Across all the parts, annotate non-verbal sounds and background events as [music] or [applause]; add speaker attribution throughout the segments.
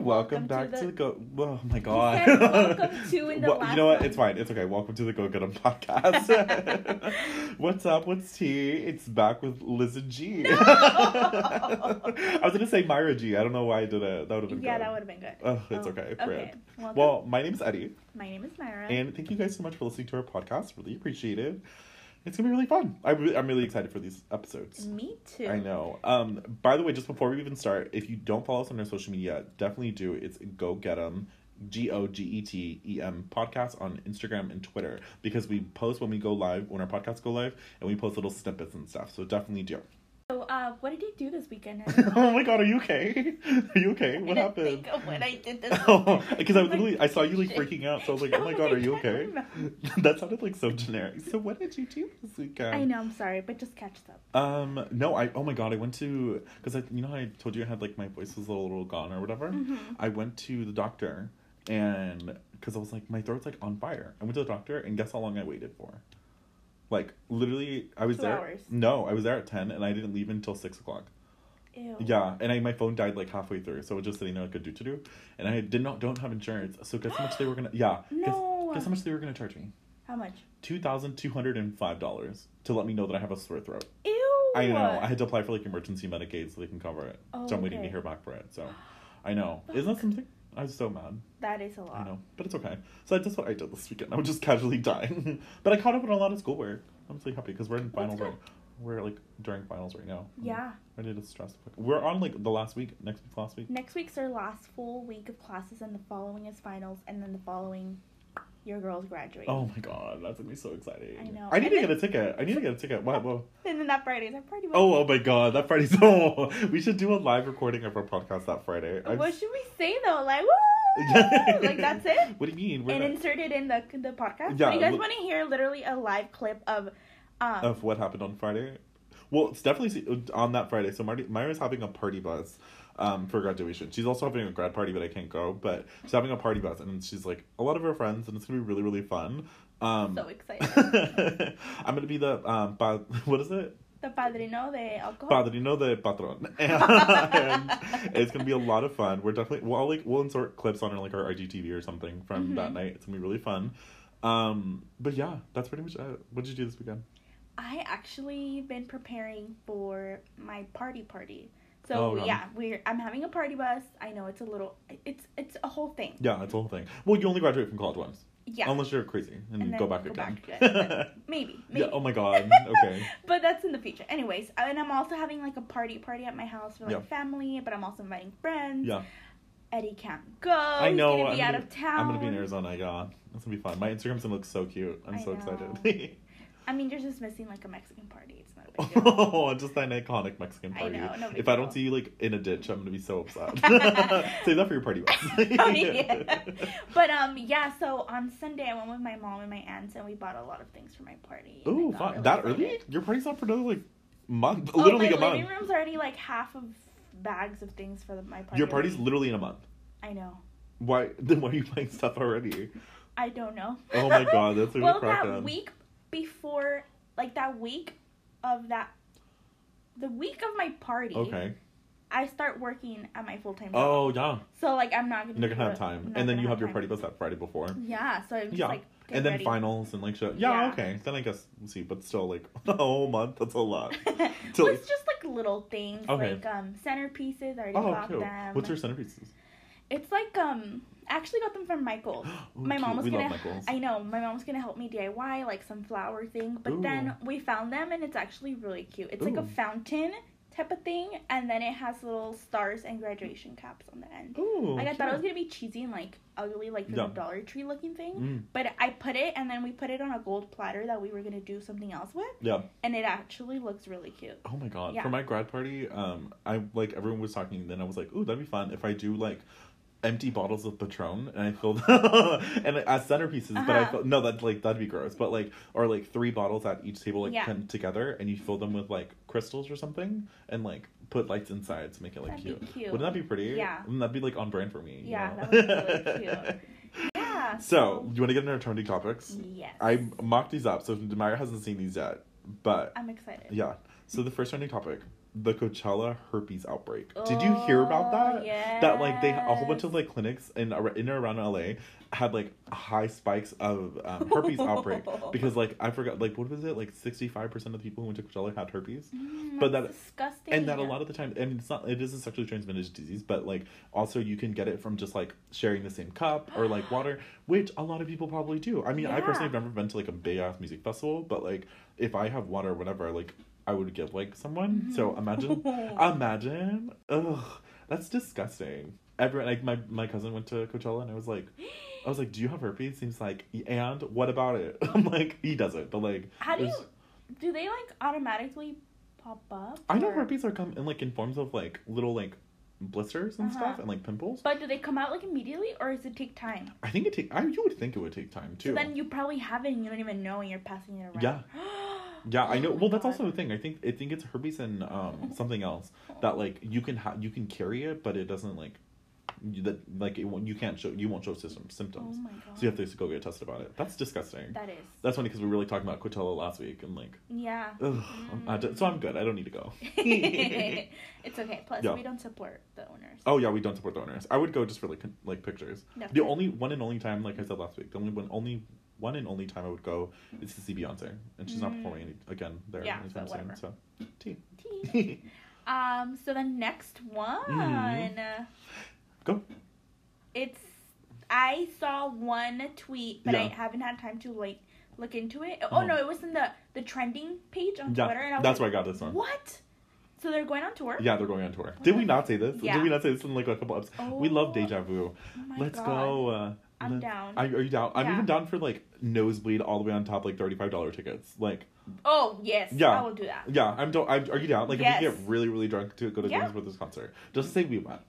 Speaker 1: welcome, back to the, Go. Oh my
Speaker 2: He
Speaker 1: god.
Speaker 2: said welcome
Speaker 1: [laughs]
Speaker 2: to in the
Speaker 1: Well, you
Speaker 2: last
Speaker 1: know what?
Speaker 2: one.
Speaker 1: It's fine. It's okay. Welcome to the Go Get
Speaker 2: [laughs]
Speaker 1: 'em podcast. What's up? What's tea? It's back with Liz and G. [laughs] I was gonna say Myra G. I don't know why I did it. That would have been
Speaker 2: Yeah,
Speaker 1: good.
Speaker 2: that would have been good.
Speaker 1: Ugh, it's
Speaker 2: Oh,
Speaker 1: okay.
Speaker 2: Okay.
Speaker 1: Rip.
Speaker 2: Welcome.
Speaker 1: Well, my name's Eddie,
Speaker 2: my name is Myra.
Speaker 1: and thank you guys so much for listening to our podcast. Really appreciate it. It's gonna be really fun. I'm really, I'm really excited for these episodes.
Speaker 2: Me too. [laughs]
Speaker 1: I know. Um, by the way, just before we even start, if you don't follow us on our social media, definitely do. It's go get 'em, G O G E T E M podcast on Instagram and Twitter because we post when we go live, when our podcasts go live, and we post little snippets and stuff. So definitely do. [laughs]
Speaker 2: So, uh, what did you do this weekend? [laughs] Eddie?
Speaker 1: oh my god, are you okay? Are you okay? What
Speaker 2: I
Speaker 1: happened?
Speaker 2: Didn't
Speaker 1: [laughs]
Speaker 2: think of what I did this.
Speaker 1: Oh,
Speaker 2: weekend.
Speaker 1: because
Speaker 2: [laughs]
Speaker 1: I was
Speaker 2: I'm
Speaker 1: literally, I saw you like
Speaker 2: shit.
Speaker 1: freaking out, so I was like, oh
Speaker 2: [laughs]
Speaker 1: my
Speaker 2: No,
Speaker 1: god,
Speaker 2: I
Speaker 1: are you
Speaker 2: can't
Speaker 1: okay?
Speaker 2: remember.
Speaker 1: [laughs] that sounded like so generic. So what did you do this weekend?
Speaker 2: I know. I'm sorry, but just catch up.
Speaker 1: Um, no, I, oh my god, I went to, because I, you know how I told you I had like my voice was a little gone or whatever?
Speaker 2: Mm-hmm.
Speaker 1: I went to the doctor and, because I was like, my throat's like on fire. I went to the doctor and guess how long I waited for? Like, literally, I was
Speaker 2: Two
Speaker 1: there.
Speaker 2: hours.
Speaker 1: No, I was there at 10 and I didn't leave until 6 o'clock.
Speaker 2: Ew.
Speaker 1: Yeah, and I my phone died like halfway through, so it was just sitting there like a doo to do, and I did not don't have insurance. So guess how much they were gonna yeah
Speaker 2: No.
Speaker 1: guess, guess how much they were gonna charge me
Speaker 2: How much?
Speaker 1: two thousand two hundred and five dollars to let me know that I have a sore throat.
Speaker 2: Ew.
Speaker 1: I know I had to apply for like emergency Medicaid so they can cover it.
Speaker 2: Oh,
Speaker 1: so I'm waiting to
Speaker 2: okay.
Speaker 1: hear back for it. So
Speaker 2: [gasps]
Speaker 1: I know isn't that something? I was so mad.
Speaker 2: That is a lot.
Speaker 1: I know, but it's okay. So that's what I did this weekend. I was just casually [laughs] dying, but I caught up on a lot of schoolwork. I'm really happy because we're in finals
Speaker 2: good.
Speaker 1: right. We're like during finals right now. I'm
Speaker 2: Yeah.
Speaker 1: Ready to stress. We're on like the last week, next week, last week.
Speaker 2: Next week's our last full week of classes, and the following is finals, and then the following, your girls graduate.
Speaker 1: Oh my god, that's gonna be so exciting.
Speaker 2: I know.
Speaker 1: I need
Speaker 2: And
Speaker 1: to
Speaker 2: then-
Speaker 1: get a ticket. I need to get a ticket.
Speaker 2: [laughs]
Speaker 1: What? Whoa.
Speaker 2: And then that Friday's our party.
Speaker 1: Oh, oh my god, that Friday's. [laughs] Oh, we should do a live recording of our podcast that Friday. I'm-
Speaker 2: What should we say though? Like woo! [laughs] like that's it.
Speaker 1: What do you mean? [laughs] We're
Speaker 2: and
Speaker 1: not-
Speaker 2: insert it in the the podcast.
Speaker 1: Yeah,
Speaker 2: you guys
Speaker 1: look-
Speaker 2: want to hear literally a live clip of, um,
Speaker 1: of what happened on Friday. Well, it's definitely on that Friday. So Marty, Myra's having a party bus um, for graduation. She's also having a grad party, but I can't go. But she's having a party bus, and she's like a lot of her friends, and it's gonna be really, really fun. Um, [laughs]
Speaker 2: so excited.
Speaker 1: I'm gonna be the um, pa- [laughs] what is it?
Speaker 2: the padrino de alcohol.
Speaker 1: Padrino
Speaker 2: [laughs]
Speaker 1: de patron, and it's gonna be a lot of fun. We're definitely well, like we'll insert clips on like our IGTV or something from
Speaker 2: Mm-hmm.
Speaker 1: that night. It's gonna be really fun. Um, but yeah, that's pretty much it. What did you do this weekend?
Speaker 2: I actually been preparing for my party party.
Speaker 1: Oh,
Speaker 2: So
Speaker 1: wow.
Speaker 2: yeah, we're I'm having a party bus. I know it's a little, it's it's a whole thing.
Speaker 1: Yeah, it's the whole thing. Well, you only graduate from college once,
Speaker 2: Yeah,
Speaker 1: unless you're crazy and,
Speaker 2: And
Speaker 1: you
Speaker 2: then
Speaker 1: go back
Speaker 2: go
Speaker 1: again.
Speaker 2: back again.
Speaker 1: [laughs]
Speaker 2: maybe maybe.
Speaker 1: yeah. Oh
Speaker 2: [laughs]
Speaker 1: my god. Okay.
Speaker 2: But that's in the future. Anyways, and I'm also having like a party party at my house for like
Speaker 1: Yeah.
Speaker 2: family, but I'm also inviting friends.
Speaker 1: Yeah.
Speaker 2: Eddie can't go. I
Speaker 1: I know.
Speaker 2: He's gonna be
Speaker 1: I'm
Speaker 2: out
Speaker 1: gonna-
Speaker 2: of town.
Speaker 1: I'm gonna be in Arizona. Yeah, that's gonna be fun. My Instagram's gonna look so cute. I'm
Speaker 2: Um, I
Speaker 1: so
Speaker 2: know.
Speaker 1: [laughs] excited.
Speaker 2: I mean, you're just missing like a Mexican party. It's not a
Speaker 1: [laughs]
Speaker 2: big deal. [laughs]
Speaker 1: Oh, just an iconic Mexican
Speaker 2: I
Speaker 1: party.
Speaker 2: know, no big
Speaker 1: if I
Speaker 2: deal.
Speaker 1: don't see you like in a ditch, I'm gonna be so
Speaker 2: [laughs]
Speaker 1: upset. [laughs] Save that for your party. Wes.
Speaker 2: Oh,
Speaker 1: [laughs]
Speaker 2: yeah. but um, yeah. So on Sunday, I went with my mom and my aunts, and we bought a lot of things for Oh, my party. and I
Speaker 1: Ooh,
Speaker 2: got
Speaker 1: fun.
Speaker 2: really
Speaker 1: that
Speaker 2: excited.
Speaker 1: early? Your party's not for another like month.
Speaker 2: Oh,
Speaker 1: literally
Speaker 2: my
Speaker 1: a month.
Speaker 2: living room's already like half of bags of things for the, my party.
Speaker 1: Your party's literally in a month.
Speaker 2: I know.
Speaker 1: Why? [laughs] Then why are you buying stuff already?
Speaker 2: I don't know. [laughs]
Speaker 1: Oh my god, that's a
Speaker 2: well,
Speaker 1: good crack
Speaker 2: that
Speaker 1: on.
Speaker 2: week before, like that week of that, the week of my party,
Speaker 1: Okay.
Speaker 2: I start working at my full time job.
Speaker 1: Oh yeah.
Speaker 2: So like I'm not gonna.
Speaker 1: You're not gonna
Speaker 2: be
Speaker 1: have
Speaker 2: able-
Speaker 1: time,
Speaker 2: not
Speaker 1: and then
Speaker 2: gonna
Speaker 1: you have your
Speaker 2: time.
Speaker 1: party bus that Friday before.
Speaker 2: Yeah. So I'm just
Speaker 1: Yeah.
Speaker 2: like. get
Speaker 1: and
Speaker 2: [laughs]
Speaker 1: then
Speaker 2: ready.
Speaker 1: finals and like shit. Yeah,
Speaker 2: Yeah.
Speaker 1: okay. Then I guess we'll see, but still like [laughs] a whole month. That's
Speaker 2: [laughs]
Speaker 1: a lot.
Speaker 2: well,
Speaker 1: Till-
Speaker 2: it's just like little things
Speaker 1: Okay.
Speaker 2: like um centerpieces. I already
Speaker 1: oh,
Speaker 2: got
Speaker 1: cool.
Speaker 2: them.
Speaker 1: What's your centerpieces? [gasps]
Speaker 2: It's like um. I actually got them from Michael.
Speaker 1: Ooh,
Speaker 2: my mom
Speaker 1: cute.
Speaker 2: was
Speaker 1: we
Speaker 2: gonna.
Speaker 1: love Michaels.
Speaker 2: I know my mom was gonna help me DIY like some flower thing, but
Speaker 1: Ooh.
Speaker 2: then we found them and it's actually really cute. It's like a
Speaker 1: Ooh.
Speaker 2: fountain type of thing, and then it has little stars and graduation caps on the end.
Speaker 1: Ooh,
Speaker 2: Like I thought it was
Speaker 1: Oh, cute.
Speaker 2: gonna be cheesy and like ugly, like the
Speaker 1: Yeah.
Speaker 2: Dollar Tree looking thing.
Speaker 1: Mm,
Speaker 2: But I put it, and then we put it on a gold platter that we were gonna do something else with,
Speaker 1: yeah.
Speaker 2: and it actually looks really cute.
Speaker 1: Oh my god.
Speaker 2: Yeah.
Speaker 1: For my grad party, um, I like everyone was talking. Then I was like, "Ooh, that'd be fun if I do like empty bottles of Patron and I fill [laughs] and as centerpieces." But I
Speaker 2: Uh-huh.
Speaker 1: felt no, that's like that'd be gross. But like, or like three bottles at each table, like
Speaker 2: Yeah.
Speaker 1: come together, and you fill them with like crystals or something, and like put lights inside to make it like
Speaker 2: That'd be
Speaker 1: cute.
Speaker 2: cute.
Speaker 1: Wouldn't that be pretty?
Speaker 2: Yeah.
Speaker 1: Wouldn't that be like on brand for me? you
Speaker 2: Yeah,
Speaker 1: know?
Speaker 2: that would be
Speaker 1: [laughs]
Speaker 2: really Mm. Yeah.
Speaker 1: so, you want to get into our trending topics?
Speaker 2: Yes.
Speaker 1: I mocked these up, so Demira hasn't seen these yet, but
Speaker 2: I'm excited.
Speaker 1: yeah. So the first trending topic the Coachella herpes outbreak. Did you hear about
Speaker 2: Oh,
Speaker 1: that? That like they a whole bunch
Speaker 2: yes.
Speaker 1: of like clinics in ar- in and around LA had like high spikes of um, herpes outbreak
Speaker 2: [laughs]
Speaker 1: because like I forgot like what was it like sixty five percent of the people who went to Coachella had herpes.
Speaker 2: Mm,
Speaker 1: but
Speaker 2: that's
Speaker 1: that-
Speaker 2: disgusting.
Speaker 1: And that a
Speaker 2: [laughs]
Speaker 1: lot of the time, I mean, it's not, it is a sexually transmitted disease, but like also you can get it from just like sharing the same cup or
Speaker 2: [gasps]
Speaker 1: like water, which a lot of people probably do. I mean, I personally have
Speaker 2: Yeah.
Speaker 1: never been to like a big ass music festival, but like if I have water or whatever, like I would give like someone.
Speaker 2: Mm-hmm.
Speaker 1: So imagine,
Speaker 2: [laughs] Oh.
Speaker 1: um, imagine, ugh, that's disgusting. Everyone, like my, my cousin went to Coachella and I was like, I was like, do you have herpes? He's like, and what about it? [laughs] I'm like, he doesn't, but like,
Speaker 2: How do
Speaker 1: it's-
Speaker 2: you do they like automatically pop up?
Speaker 1: I know
Speaker 2: or-
Speaker 1: herpes are come in like in forms of like little like blisters and stuff
Speaker 2: Uh-huh.
Speaker 1: and like pimples.
Speaker 2: But do they come out like immediately or does it take time?
Speaker 1: I think it take I you would think it would take time too.
Speaker 2: So then you probably have it and you don't even know and you're passing it around. [gasps]
Speaker 1: Yeah. yeah, I know.
Speaker 2: Oh my
Speaker 1: Well, that's
Speaker 2: God.
Speaker 1: also a thing. I think I think it's herpes
Speaker 2: [laughs]
Speaker 1: and um something else that like you can ha- you can carry it, but it doesn't like you, that like it won't, you can't show you won't show system
Speaker 2: Oh
Speaker 1: symptoms.
Speaker 2: my god.
Speaker 1: so you have to go get tested about it. That's disgusting.
Speaker 2: That is.
Speaker 1: that's funny because we were like talking about Coachella last week and like,
Speaker 2: Yeah. [laughs]
Speaker 1: [laughs] ugh, I'm- I d- so I'm good. I don't need to go.
Speaker 2: it's okay. Plus,
Speaker 1: Yeah.
Speaker 2: we don't support the owners.
Speaker 1: Oh yeah, we don't support the owners. I would go just for like con- like pictures.
Speaker 2: That's
Speaker 1: The
Speaker 2: it.
Speaker 1: only one and only time, like I said last week, the only one only one and only time I would go is to see Beyonce, and she's not
Speaker 2: Mm.
Speaker 1: performing any, again there
Speaker 2: Yeah,
Speaker 1: anytime
Speaker 2: so
Speaker 1: soon. So,
Speaker 2: [laughs]
Speaker 1: T.
Speaker 2: Tea. um. So the next one,
Speaker 1: Mhm. Go.
Speaker 2: it's I saw one tweet, but I
Speaker 1: Yeah.
Speaker 2: haven't had time to like look into it. Oh
Speaker 1: Mhm.
Speaker 2: no, it was in the the trending page on Twitter, and I
Speaker 1: yeah,
Speaker 2: was
Speaker 1: that's where
Speaker 2: like,
Speaker 1: I got this one.
Speaker 2: What? So they're going on tour?
Speaker 1: Yeah, they're going on tour. Did we not say this?
Speaker 2: Yeah.
Speaker 1: Did we not say this in like a couple episodes? We
Speaker 2: Oh,
Speaker 1: love deja vu.
Speaker 2: oh my
Speaker 1: Let's
Speaker 2: God.
Speaker 1: go. Uh,
Speaker 2: I'm
Speaker 1: let's-
Speaker 2: down.
Speaker 1: I, are you down? I'm
Speaker 2: Yeah.
Speaker 1: even down for like nosebleed all the way on top, like thirty five dollar tickets. Like,
Speaker 2: Oh yes.
Speaker 1: Yeah.
Speaker 2: I will do that.
Speaker 1: yeah, I'm. Do- I'm are you down? Like, if we
Speaker 2: Yes.
Speaker 1: get really really drunk to go to
Speaker 2: Yeah.
Speaker 1: James Brothers concert, just to say we went.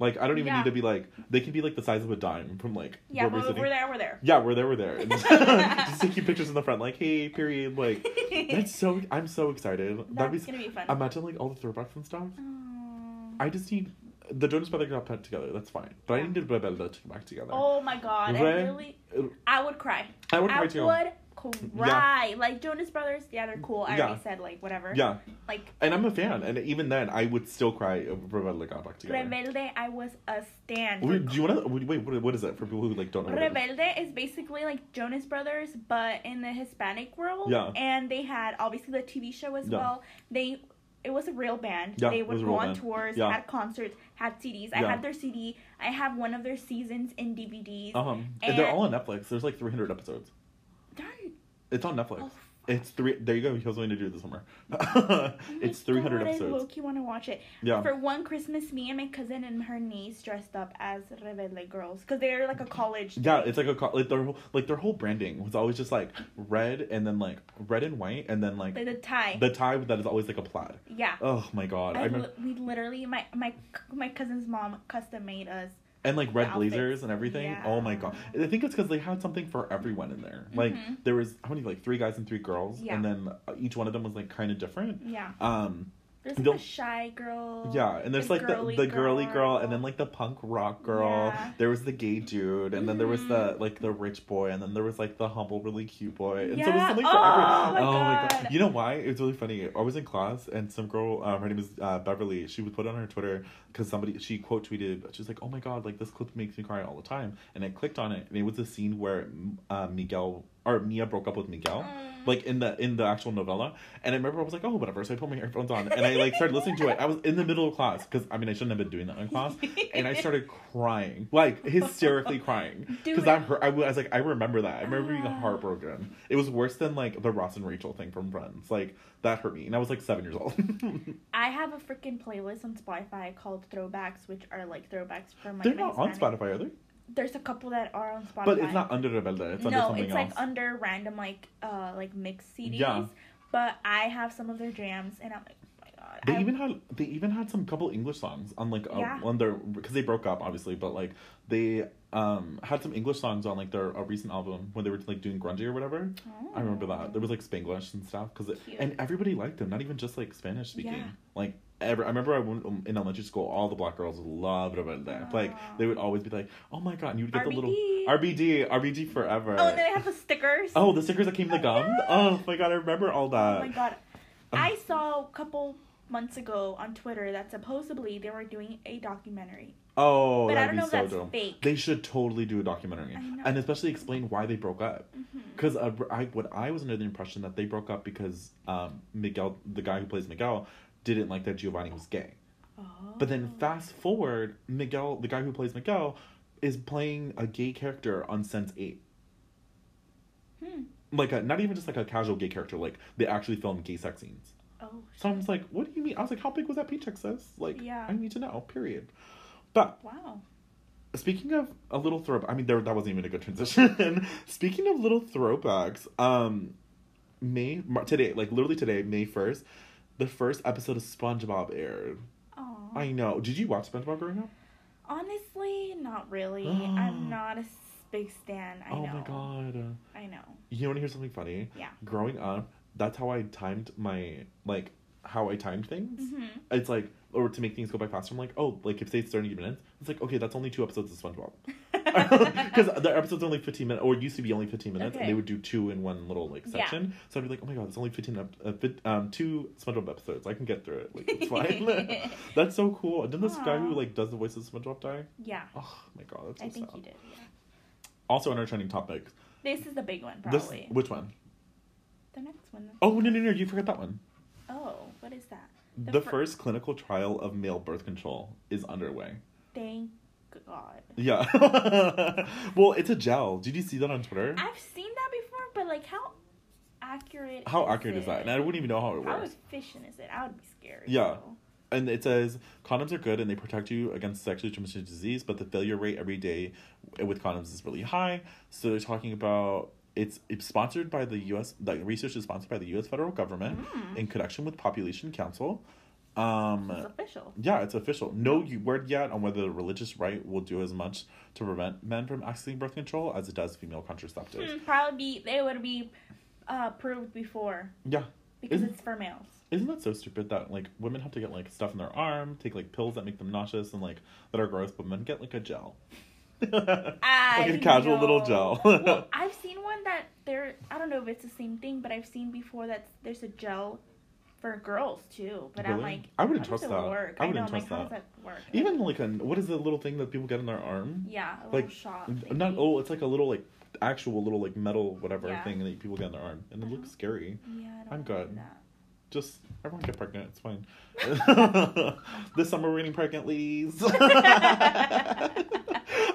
Speaker 1: Like, I don't even
Speaker 2: Yeah.
Speaker 1: need to be like. They can be like the size of a dime from like
Speaker 2: Yeah,
Speaker 1: where
Speaker 2: but
Speaker 1: we're
Speaker 2: if
Speaker 1: sitting.
Speaker 2: we're there. We're
Speaker 1: [laughs]
Speaker 2: there.
Speaker 1: Yeah, we're there, we're
Speaker 2: [laughs]
Speaker 1: there. And just, just taking pictures in the front, like, hey, period. Like,
Speaker 2: [laughs]
Speaker 1: that's so, I'm so excited. That'd be,
Speaker 2: That's gonna be fun. Mm-hmm.
Speaker 1: imagine, like, all the throwbacks and stuff.
Speaker 2: Aw.
Speaker 1: I just need, the Jonas Brothers got put together, that's fine. But I
Speaker 2: Yeah.
Speaker 1: need to be better to come back together.
Speaker 2: Oh my god! I
Speaker 1: Right?
Speaker 2: really, I would cry.
Speaker 1: I would
Speaker 2: I
Speaker 1: cry
Speaker 2: would
Speaker 1: too. [laughs]
Speaker 2: cry. Like Jonas Brothers, yeah, they're cool. I
Speaker 1: Yeah.
Speaker 2: already said like whatever.
Speaker 1: Yeah,
Speaker 2: Like
Speaker 1: and I'm a fan, and even then, I would still cry if Rebelde got back together.
Speaker 2: Rebelde, I was a stan. for
Speaker 1: Wait, do you want to, wait, what, what is it for people who, like, don't know what it is?
Speaker 2: Rebelde is basically like Jonas Brothers, but in the Hispanic world.
Speaker 1: Yeah.
Speaker 2: And they had obviously the TV show as
Speaker 1: Yeah.
Speaker 2: well. They it was a real band.
Speaker 1: Yeah,
Speaker 2: they
Speaker 1: it was
Speaker 2: would
Speaker 1: a
Speaker 2: go
Speaker 1: real
Speaker 2: on
Speaker 1: band.
Speaker 2: tours,
Speaker 1: Yeah.
Speaker 2: had concerts, had CDs. I
Speaker 1: Yeah.
Speaker 2: had their CD. I have one of their seasons in DVDs.
Speaker 1: Um, and they're
Speaker 2: And-
Speaker 1: all on Netflix. There's, like, 300 episodes.
Speaker 2: Darn.
Speaker 1: It's on Netflix.
Speaker 2: Oh,
Speaker 1: It's three. There you go. He was going to do this summer. [laughs] it's
Speaker 2: oh my
Speaker 1: 300
Speaker 2: God, I
Speaker 1: episodes.
Speaker 2: low-key want to watch it.
Speaker 1: Yeah.
Speaker 2: For one Christmas, me and my cousin and her niece dressed up as Rebelde girls because they're like a college.
Speaker 1: Yeah,
Speaker 2: thing.
Speaker 1: it's like a co- like their whole like their whole branding was always just like red and then like red and white and then like
Speaker 2: the, the tie.
Speaker 1: the tie that is always like a plaid.
Speaker 2: yeah.
Speaker 1: Oh my god! I,
Speaker 2: I
Speaker 1: remember
Speaker 2: li- we literally my my my cousin's mom custom made us.
Speaker 1: and like red
Speaker 2: the
Speaker 1: blazers
Speaker 2: outfits.
Speaker 1: and everything. Oh my god! I think it's because they had something for everyone in there. Like
Speaker 2: Mhm.
Speaker 1: there was how many like three guys and three girls,
Speaker 2: Yeah.
Speaker 1: and then uh, each one of them was like kind of different.
Speaker 2: Yeah.
Speaker 1: Um,
Speaker 2: There's
Speaker 1: Don't-
Speaker 2: like a shy girl.
Speaker 1: Yeah, and there's
Speaker 2: the
Speaker 1: like the,
Speaker 2: girly
Speaker 1: the girly girl, and then
Speaker 2: girl.
Speaker 1: like the punk rock girl.
Speaker 2: Yeah.
Speaker 1: There was the gay dude, and then there was the
Speaker 2: Mhm.
Speaker 1: like the rich boy, and then there was like the humble, really cute boy. And so it was
Speaker 2: Yeah.
Speaker 1: something for
Speaker 2: Oh
Speaker 1: everyone.
Speaker 2: my God.
Speaker 1: You know why? It was really funny. I was in class, and some girl, um, her name is uh, Beverly. She would put on her Twitter because somebody she quote tweeted. She's like, "Oh my god, like this clip makes me cry all the time." And I clicked on it, and it was a scene where uh, Miguel or Mia broke up with Miguel
Speaker 2: Mm. [laughs]
Speaker 1: like in the in the actual novella. And I remember I was like, oh, whatever. So I put my earphones on and I like started listening to it. I was in the middle of class because I mean I shouldn't have been doing that in class, and I started crying, like hysterically crying,
Speaker 2: Do
Speaker 1: because
Speaker 2: it.
Speaker 1: I heard I was like I remember that. I remember being
Speaker 2: Ah.
Speaker 1: heartbroken. It was worse than like the Ross and Rachel thing from Friends. Like that hurt me, and I was like seven years old.
Speaker 2: I have a freaking playlist on Spotify called Throwbacks, which are like throwbacks from like.
Speaker 1: [laughs] They're
Speaker 2: my
Speaker 1: not on
Speaker 2: Hispanic-
Speaker 1: Spotify, are they?
Speaker 2: There's a couple that are on Spotify.
Speaker 1: But it's not under Rebelde. It's under
Speaker 2: no,
Speaker 1: something
Speaker 2: it's
Speaker 1: else.
Speaker 2: like under random like uh like mixed CDs.
Speaker 1: Yeah.
Speaker 2: But I have some of their jams, and I'm like, oh my god.
Speaker 1: They
Speaker 2: I-
Speaker 1: even had they even had some couple English songs on like a,
Speaker 2: Yeah.
Speaker 1: on their because they broke up obviously, but like they um had some English songs on like their a recent album when they were like doing grungy or whatever.
Speaker 2: Mm.
Speaker 1: I remember that there was like Spanglish and stuff because
Speaker 2: Cute.
Speaker 1: and everybody liked them, not even just like Spanish speaking.
Speaker 2: Yeah.
Speaker 1: Like ever, I remember I went, um, in elementary school, all the black girls loved about that. Like
Speaker 2: Aw.
Speaker 1: they would always be like, "Oh my god!" and you would get the little
Speaker 2: RBD.
Speaker 1: RBD, RBD forever.
Speaker 2: E. Oh, and then I have the stickers. [laughs]
Speaker 1: Oh, the stickers that came in the gum.
Speaker 2: Yeah.
Speaker 1: Oh my god, I remember all
Speaker 2: Oh
Speaker 1: that.
Speaker 2: my god. I saw a couple months ago on Twitter that supposedly they were doing a documentary.
Speaker 1: Oh,
Speaker 2: But I don't
Speaker 1: that'd
Speaker 2: know
Speaker 1: be
Speaker 2: if
Speaker 1: so
Speaker 2: that's
Speaker 1: dope.
Speaker 2: fake.
Speaker 1: They should totally do a documentary
Speaker 2: I know.
Speaker 1: and especially explain why they broke up.
Speaker 2: Mhm.
Speaker 1: Because uh, I, what I was under the impression that they broke up because um, Miguel, the guy who plays Miguel, didn't like that Giovanni was gay. But then
Speaker 2: Oh.
Speaker 1: fast forward, Miguel, the guy who plays Miguel, is playing a gay character on Sense Eight.
Speaker 2: Hmm.
Speaker 1: Like a, not even just like a casual gay character. Like they actually filmed gay sex scenes.
Speaker 2: Oh.
Speaker 1: So I was like, what do you mean? I was like, how big was that paycheck, sis? Like,
Speaker 2: Yeah.
Speaker 1: I need to know. Period. But
Speaker 2: Wow.
Speaker 1: Speaking of a little throwback, I mean, there that wasn't even a good transition. [laughs] Speaking of little throwbacks, um, May Mar- today, like literally today, May first, the first episode of SpongeBob aired.
Speaker 2: Aww.
Speaker 1: I know. Did you watch SpongeBob growing up?
Speaker 2: Honestly, not
Speaker 1: [gasps]
Speaker 2: really. I'm not a s- big stan. I
Speaker 1: oh
Speaker 2: know.
Speaker 1: my god!
Speaker 2: I know.
Speaker 1: [laughs] You want to hear something funny?
Speaker 2: Yeah.
Speaker 1: Growing up, that's how I timed my like how I timed things.
Speaker 2: Mhm.
Speaker 1: It's like or to make things go by faster. I'm like, oh, like if say it's thirty minutes, it's like okay, that's only two episodes of SpongeBob. [laughs] because the episode's only 15 minutes or it used to be only 15 minutes and
Speaker 2: Okay.
Speaker 1: they would do two in one little like
Speaker 2: Yeah.
Speaker 1: section so i'd be like oh my god it's only 15 ep- uh, fit- um two spongebob episodes i can get through it
Speaker 2: [laughs]
Speaker 1: like it's fine [laughs] that's so cool didn't this guy who
Speaker 2: Aw.
Speaker 1: like does the voice of spongebob die
Speaker 2: [laughs]
Speaker 1: [laughs]
Speaker 2: yeah,
Speaker 1: oh my god that's so
Speaker 2: I think
Speaker 1: sad
Speaker 2: you did. Yeah.
Speaker 1: also on our trending topic
Speaker 2: This is the big one,
Speaker 1: this
Speaker 2: probably.
Speaker 1: which one?
Speaker 2: the next one.
Speaker 1: Oh no no no you forgot that one
Speaker 2: Oh, what is that?
Speaker 1: the,
Speaker 2: The fir-
Speaker 1: first clinical trial of male birth control
Speaker 2: [laughs]
Speaker 1: is underway
Speaker 2: Thank God.
Speaker 1: yeah [laughs] well it's a gel did you see that on twitter
Speaker 2: I've seen that before, but like, how accurate?
Speaker 1: how accurate is
Speaker 2: it?
Speaker 1: that and i wouldn't even know how it works
Speaker 2: How efficient is it? I would be scared.
Speaker 1: Yeah.
Speaker 2: though.
Speaker 1: and it says condoms are good and they protect you against sexually transmitted disease, but the failure rate every day with condoms is really high. So they're talking about it's it's sponsored by the U.S. The research is sponsored by the U.S. federal government
Speaker 2: Mm.
Speaker 1: in connection with Population Council.
Speaker 2: It's
Speaker 1: Um,
Speaker 2: official.
Speaker 1: yeah, it's official. No u- word yet on whether the religious right will do as much to prevent men from accessing birth control as it does female contraceptives.
Speaker 2: Hmm, probably be, they would be uh, proved before
Speaker 1: Yeah,
Speaker 2: because
Speaker 1: Isn't-
Speaker 2: it's for males.
Speaker 1: Isn't that so stupid that like women have to get like stuff in their arm, take like pills that make them nauseous and like that are gross, but men get like a gel. [laughs]
Speaker 2: I
Speaker 1: like a casual little
Speaker 2: know.
Speaker 1: gel.
Speaker 2: well, I've seen one that there. I don't know if it's the same thing, but I've seen before that there's a gel for girls too. But I'm
Speaker 1: Really?
Speaker 2: like,
Speaker 1: I wouldn't
Speaker 2: how does
Speaker 1: trust
Speaker 2: it
Speaker 1: that.
Speaker 2: Work?
Speaker 1: I
Speaker 2: I,
Speaker 1: wouldn't
Speaker 2: know, I'm like,
Speaker 1: trust
Speaker 2: How does that work?
Speaker 1: [laughs] Even like a what is the little thing that people get in their arm?
Speaker 2: yeah, a
Speaker 1: like
Speaker 2: little shot.
Speaker 1: not
Speaker 2: thingy.
Speaker 1: oh, it's like a little like actual little like metal whatever
Speaker 2: Yeah.
Speaker 1: thing that people get in their arm, and it
Speaker 2: Uh-huh.
Speaker 1: looks scary.
Speaker 2: Yeah, I don't
Speaker 1: I'm
Speaker 2: wanna
Speaker 1: good.
Speaker 2: do that.
Speaker 1: Just everyone get pregnant.
Speaker 2: [laughs]
Speaker 1: It's fine. [laughs]
Speaker 2: Oh,
Speaker 1: this summer we're getting
Speaker 2: [laughs]
Speaker 1: pregnant, ladies. [laughs]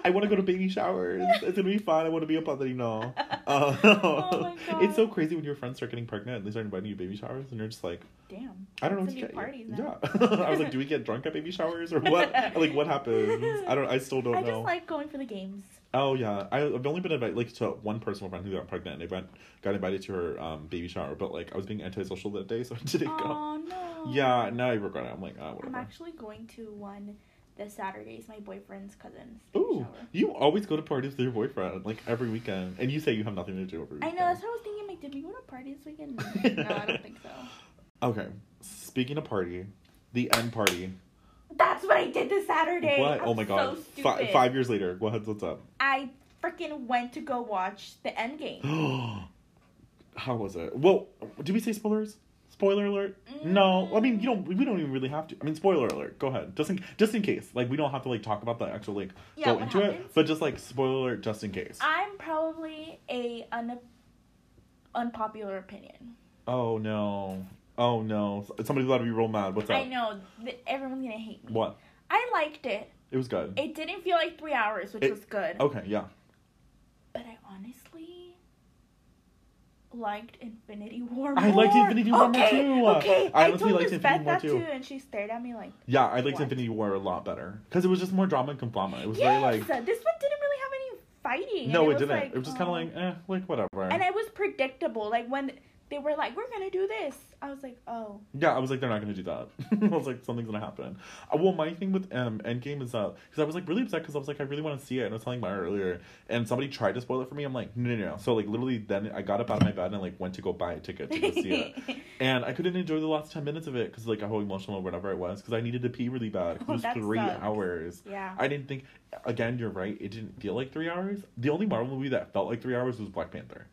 Speaker 1: I want to go to baby showers. It's gonna be fun. I want to be a padrino. Uh,
Speaker 2: [laughs] Oh my
Speaker 1: [laughs] It's so
Speaker 2: God.
Speaker 1: crazy when your friends start getting pregnant and they start inviting you to baby showers, and you're just like,
Speaker 2: Damn.
Speaker 1: I don't know
Speaker 2: It's
Speaker 1: what to
Speaker 2: a
Speaker 1: get.
Speaker 2: big
Speaker 1: you.
Speaker 2: party now.
Speaker 1: Yeah, [laughs] I was like, do we get drunk at baby showers
Speaker 2: [laughs]
Speaker 1: or what? like, what happens? I don't. I still don't
Speaker 2: I
Speaker 1: know.
Speaker 2: just like going for the games.
Speaker 1: Oh yeah, I, I've only been invited like to one personal friend who got pregnant and they went, got invited to her um, baby shower, but like I was being antisocial that day, so I [laughs] didn't go.
Speaker 2: Oh no.
Speaker 1: Yeah, now I regret it. I'm like, ah,
Speaker 2: I'm
Speaker 1: whatever.
Speaker 2: actually going to one this Saturday. It's my boyfriend's cousin's baby
Speaker 1: Ooh,
Speaker 2: shower.
Speaker 1: you always go to parties with your boyfriend like every weekend, and you say you have nothing to do every
Speaker 2: I
Speaker 1: weekend.
Speaker 2: know. That's what I was thinking. Like, did we go to a party this
Speaker 1: [laughs]
Speaker 2: weekend? no, I don't think so.
Speaker 1: Okay, speaking of party, the end party.
Speaker 2: That's what I did this Saturday.
Speaker 1: What?
Speaker 2: I'm
Speaker 1: oh my god!
Speaker 2: So
Speaker 1: Fi-
Speaker 2: stupid.
Speaker 1: five years later, go ahead. What's up? [gasps]
Speaker 2: I freaking went to go watch the end game.
Speaker 1: How was it? Well, do we say spoilers? Spoiler alert? [gasps] No, I mean you don't. We don't even really have to. I mean, spoiler alert. Go ahead, just in just in case. Like we don't have to like talk about the actual like
Speaker 2: Yeah,
Speaker 1: go
Speaker 2: what
Speaker 1: into
Speaker 2: happens?
Speaker 1: it, but just like spoiler alert, just in case.
Speaker 2: Mm. I'm probably a un- unpopular opinion.
Speaker 1: oh no! Oh no! Somebody's about to be real mad. What's up?
Speaker 2: I know th- everyone's gonna hate me.
Speaker 1: What?
Speaker 2: I liked it.
Speaker 1: It was good.
Speaker 2: It didn't feel like three hours, which
Speaker 1: It- Oh.
Speaker 2: was good.
Speaker 1: okay, yeah.
Speaker 2: But I honestly liked Infinity War.
Speaker 1: I liked
Speaker 2: more.
Speaker 1: Infinity War more
Speaker 2: okay,
Speaker 1: too.
Speaker 2: Okay,
Speaker 1: I
Speaker 2: I,
Speaker 1: honestly
Speaker 2: told
Speaker 1: liked
Speaker 2: Lisbeth
Speaker 1: Infinity War
Speaker 2: that
Speaker 1: too.
Speaker 2: and she stared at me like.
Speaker 1: Yeah, I liked
Speaker 2: What?
Speaker 1: Infinity War a lot better because it was just more drama and conflama. It was
Speaker 2: yes,
Speaker 1: very like
Speaker 2: this one didn't really have any fighting. and
Speaker 1: no, it,
Speaker 2: was
Speaker 1: didn't.
Speaker 2: like,
Speaker 1: it was just kind
Speaker 2: oh.
Speaker 1: of like eh, like whatever.
Speaker 2: And it was predictable. Like when they were like, "We're gonna do this," I was like, "Oh,
Speaker 1: Yeah, I was like, they're not gonna do that. [laughs] I was like, something's gonna happen. Uh, well, my thing with um Endgame is that because I was like really upset because I was like, I really want to see it, and I was telling Mara earlier, and somebody tried to spoil it for me. I'm like, no, no, no. So like literally, then I got up out of my bed and like went to go buy a ticket to go see
Speaker 2: [laughs]
Speaker 1: it, and I couldn't enjoy the last ten minutes of it because like how emotional or whatever it was because I needed to pee really bad. 'cause
Speaker 2: Oh,
Speaker 1: it was
Speaker 2: that
Speaker 1: three
Speaker 2: sucks.
Speaker 1: hours.
Speaker 2: yeah."
Speaker 1: I didn't think. Again, you're right. It didn't feel like three hours. The only Marvel movie that felt like three hours was Black Panther.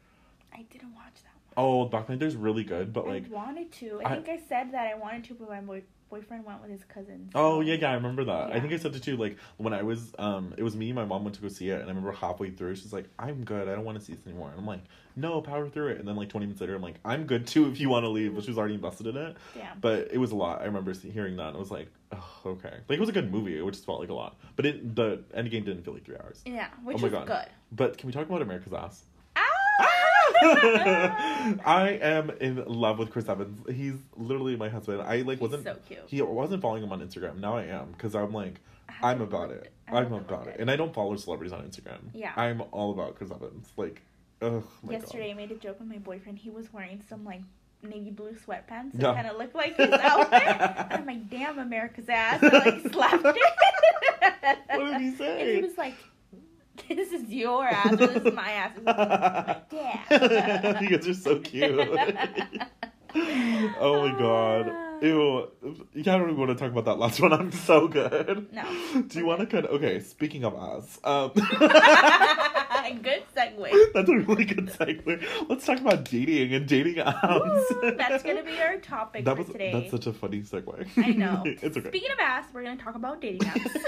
Speaker 2: I didn't watch that one.
Speaker 1: Oh, Black Panther's really good, but like,
Speaker 2: I wanted to.
Speaker 1: I-
Speaker 2: I, think I said that I wanted to, but my boy, boyfriend went with his cousins.
Speaker 1: oh yeah, yeah, I remember that. I
Speaker 2: Yeah.
Speaker 1: think I said it too. Like when I was, um, it was me. and My mom went to go see it, and I remember halfway through, she's like, "I'm good. I don't want to see this anymore." And I'm like, "No, power through it." And then like 20 minutes later, I'm like, "I'm good too. If you want to leave," but she was already invested in it.
Speaker 2: Damn.
Speaker 1: But it was a lot. I remember see- hearing that. and I was like, oh, okay. Like it was a good movie. It just felt like a lot. But it, the end game didn't feel like three hours.
Speaker 2: Yeah, which
Speaker 1: oh my
Speaker 2: is
Speaker 1: God.
Speaker 2: good.
Speaker 1: But can we talk about America's Ass? [laughs]
Speaker 2: Ah!
Speaker 1: I am in love with Chris Evans. He's literally my husband. I like
Speaker 2: He's [laughs]
Speaker 1: wasn't
Speaker 2: so cute.
Speaker 1: He wasn't following him on Instagram. Now I am because I'm like
Speaker 2: I
Speaker 1: I'm
Speaker 2: haven't
Speaker 1: about
Speaker 2: looked-
Speaker 1: it.
Speaker 2: I
Speaker 1: I'm
Speaker 2: haven't
Speaker 1: about
Speaker 2: looked
Speaker 1: it, and I don't follow celebrities on Instagram.
Speaker 2: Yeah.
Speaker 1: I'm all about Chris Evans. Like, ugh. My
Speaker 2: Yesterday, I made a joke with my boyfriend. He was wearing some like navy blue sweatpants that
Speaker 1: Yeah.
Speaker 2: kind of looked like his
Speaker 1: [laughs]
Speaker 2: outfit. And I'm like, damn, America's ass. And like slapped it.
Speaker 1: What did he
Speaker 2: [laughs] And
Speaker 1: say? [laughs]
Speaker 2: he was like, this is your ass. Or this is my ass. I was
Speaker 1: [laughs]
Speaker 2: like,
Speaker 1: God.
Speaker 2: yeah.
Speaker 1: you guys are so cute. [laughs] oh my god. Ew. Yeah, I don't even want to talk about that last [laughs] one. I'm so good.
Speaker 2: No.
Speaker 1: Do you want to kind of. Okay, speaking of us.
Speaker 2: [laughs]
Speaker 1: Um,
Speaker 2: [laughs]
Speaker 1: [laughs]
Speaker 2: Good segue.
Speaker 1: that's a really good segue. Let's talk about dating and dating apps.
Speaker 2: Woo, that's gonna be our topic
Speaker 1: that
Speaker 2: for
Speaker 1: was,
Speaker 2: today.
Speaker 1: That's such a funny segue.
Speaker 2: I know.
Speaker 1: [laughs] it's okay.
Speaker 2: Speaking of ass, we're gonna talk about dating
Speaker 1: [laughs]
Speaker 2: apps.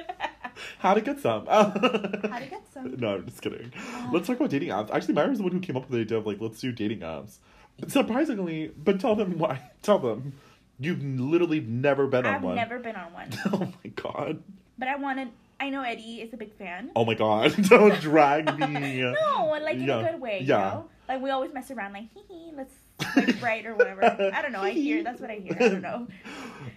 Speaker 2: [laughs]
Speaker 1: How to get some. [laughs]
Speaker 2: How to get some.
Speaker 1: No, I'm just kidding. Let's talk about dating apps. Actually, Myra's the one who came up with the idea of like, let's do dating apps. Surprisingly, but tell them why. Tell them you've literally never been on
Speaker 2: I've
Speaker 1: one.
Speaker 2: never been on one,
Speaker 1: [laughs] Oh my god.
Speaker 2: but I wanted. I know Eddie is a big fan.
Speaker 1: Oh my god. [laughs] Don't drag
Speaker 2: [laughs]
Speaker 1: me.
Speaker 2: no, like in
Speaker 1: Yeah.
Speaker 2: a good way. You
Speaker 1: Yeah.
Speaker 2: know? Like we always mess around, like hee hee, let's
Speaker 1: [laughs]
Speaker 2: like write or whatever. I don't know. I hear that's what I hear. I don't know.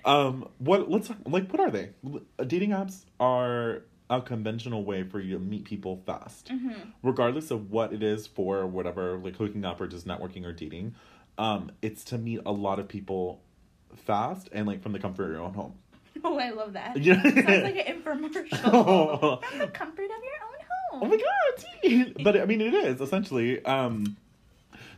Speaker 1: Um. What? Let's like. What are they? L- Dating apps are a conventional way for you to meet people fast,
Speaker 2: Mm-hmm.
Speaker 1: regardless of what it is for whatever, like hooking up or just networking or dating. Um. It's to meet a lot of people fast and like from the comfort of your own home.
Speaker 2: [laughs]
Speaker 1: [laughs]
Speaker 2: Oh, I love that.
Speaker 1: Yeah.
Speaker 2: Sounds like
Speaker 1: [laughs]
Speaker 2: an infomercial.
Speaker 1: oh
Speaker 2: From the comfort of your own home.
Speaker 1: my god! tea. but I mean, it is essentially. Um.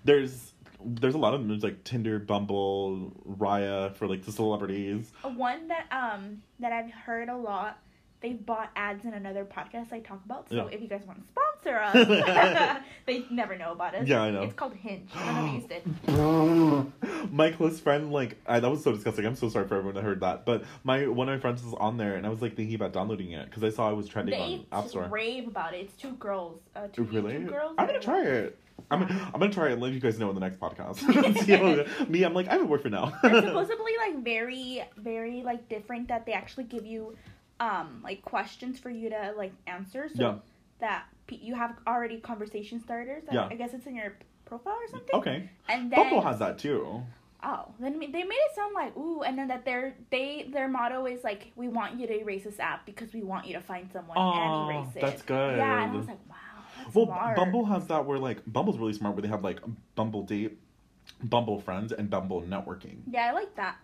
Speaker 1: There's. There's a lot of them. There's like Tinder, Bumble, Raya for like the celebrities.
Speaker 2: One that um that I've heard a lot. They bought ads in another podcast I talk about. So
Speaker 1: Yeah.
Speaker 2: if you guys want to sponsor us,
Speaker 1: [laughs]
Speaker 2: [laughs] they never know about us.
Speaker 1: Yeah, I know.
Speaker 2: It's called Hinge. I don't know if you used
Speaker 1: [gasps]
Speaker 2: it.
Speaker 1: my close friend, like, I, that was so disgusting. I'm so sorry for everyone that heard that. But my one of my friends was on there, and I was like thinking about downloading it because I saw it was trending
Speaker 2: They
Speaker 1: on App
Speaker 2: just
Speaker 1: Store.
Speaker 2: rave about it. It's two girls. Uh, two,
Speaker 1: really?
Speaker 2: Two girls.
Speaker 1: I'm gonna try it. I'm gonna, I'm gonna try it and let you guys know in the
Speaker 2: [laughs]
Speaker 1: next podcast. [laughs] See how- me, I'm like, I have a boyfriend now.
Speaker 2: They're
Speaker 1: [laughs]
Speaker 2: supposedly like very, very like different that they actually give you, um, like questions for you to like answer. So
Speaker 1: Yeah.
Speaker 2: that pe- you have already conversation starters. I-
Speaker 1: Yeah.
Speaker 2: I guess it's in your profile or something.
Speaker 1: okay.
Speaker 2: And then
Speaker 1: Bumble has that too.
Speaker 2: Oh, then ma- they made it sound like ooh, and then that their they their motto is like we want you to erase this app because we want you to find someone
Speaker 1: Aw,
Speaker 2: and erase it.
Speaker 1: that's good.
Speaker 2: Yeah, and I was like, wow, that's
Speaker 1: Well,
Speaker 2: smart.
Speaker 1: Bumble has that where like Bumble's really smart where they have like Bumble date, Bumble friends, and Bumble networking.
Speaker 2: Yeah, I like that.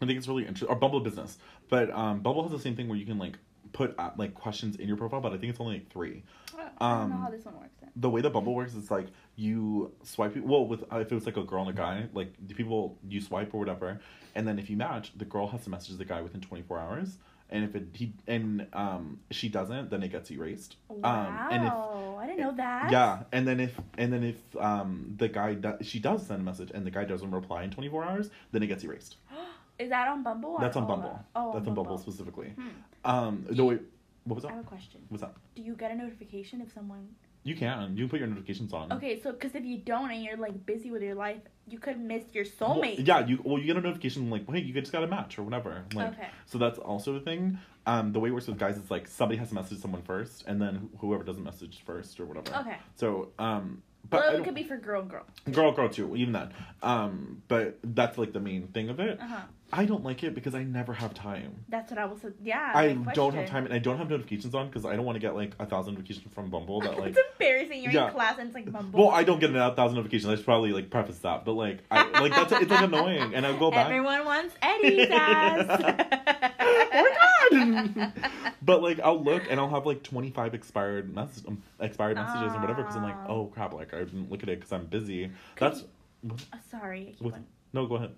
Speaker 1: I think it's really interesting. Or Bumble Business, but um, Bumble has the same thing where you can like put uh, like questions in your profile, but I think it's only like three.
Speaker 2: I don't know
Speaker 1: Um,
Speaker 2: how this one works. Then.
Speaker 1: The way that Bumble
Speaker 2: Mm-hmm.
Speaker 1: works is like you swipe. Well, with uh, if it was like a girl and a guy, like the people you swipe or whatever, and then if you match, the girl has to message the guy within twenty four hours. And if it he and um she doesn't, then it gets erased.
Speaker 2: Wow,
Speaker 1: Um, and if
Speaker 2: I didn't know that.
Speaker 1: yeah, and then if and then if um the guy do- she does send a message and the guy doesn't reply in twenty four hours, then it gets erased.
Speaker 2: Is that on Bumble? or
Speaker 1: That's on
Speaker 2: Ola?
Speaker 1: Bumble.
Speaker 2: Oh,
Speaker 1: That's on Bumble, specifically.
Speaker 2: Hmm.
Speaker 1: Um, no wait, what was
Speaker 2: I have
Speaker 1: that?
Speaker 2: a question.
Speaker 1: What's that?
Speaker 2: Do you get a notification if someone?
Speaker 1: You can you can put your notifications on.
Speaker 2: Okay, so because if you don't and you're like busy with your life, you could miss your
Speaker 1: Well,
Speaker 2: soulmate.
Speaker 1: yeah, you well you get a notification like hey you just got a match or whatever like
Speaker 2: Okay.
Speaker 1: so that's also a thing. Um, the way it works with guys is like somebody has to message someone first and then wh- whoever doesn't message first or whatever.
Speaker 2: Okay.
Speaker 1: So um, but I
Speaker 2: Well,
Speaker 1: don't-
Speaker 2: it could be for girl and girl.
Speaker 1: girl girl too even that um but that's like the main thing of it.
Speaker 2: Uh huh.
Speaker 1: I don't like it because I never have time.
Speaker 2: That's what I was. Yeah.
Speaker 1: I
Speaker 2: good
Speaker 1: don't have
Speaker 2: question.
Speaker 1: time and I don't have notifications on because I don't want to get like a thousand notifications from
Speaker 2: [laughs]
Speaker 1: Bumble that like
Speaker 2: it's embarrassing. You're
Speaker 1: Yeah.
Speaker 2: in class and it's like Bumble.
Speaker 1: Well, I don't get a thousand notifications. I should probably like preface that, but like, I, like that's
Speaker 2: [laughs]
Speaker 1: it's like annoying, and I go back.
Speaker 2: Everyone wants Eddie's [laughs] ass.
Speaker 1: [laughs] Oh my god! but like, I'll look and I'll have like twenty five expired mess- um, expired messages and whatever because I'm like,
Speaker 2: Aw.
Speaker 1: oh crap, like I didn't look at it because I'm busy.
Speaker 2: Could
Speaker 1: that's
Speaker 2: Oh, [laughs] sorry. I keep
Speaker 1: What-
Speaker 2: on-
Speaker 1: no, go ahead.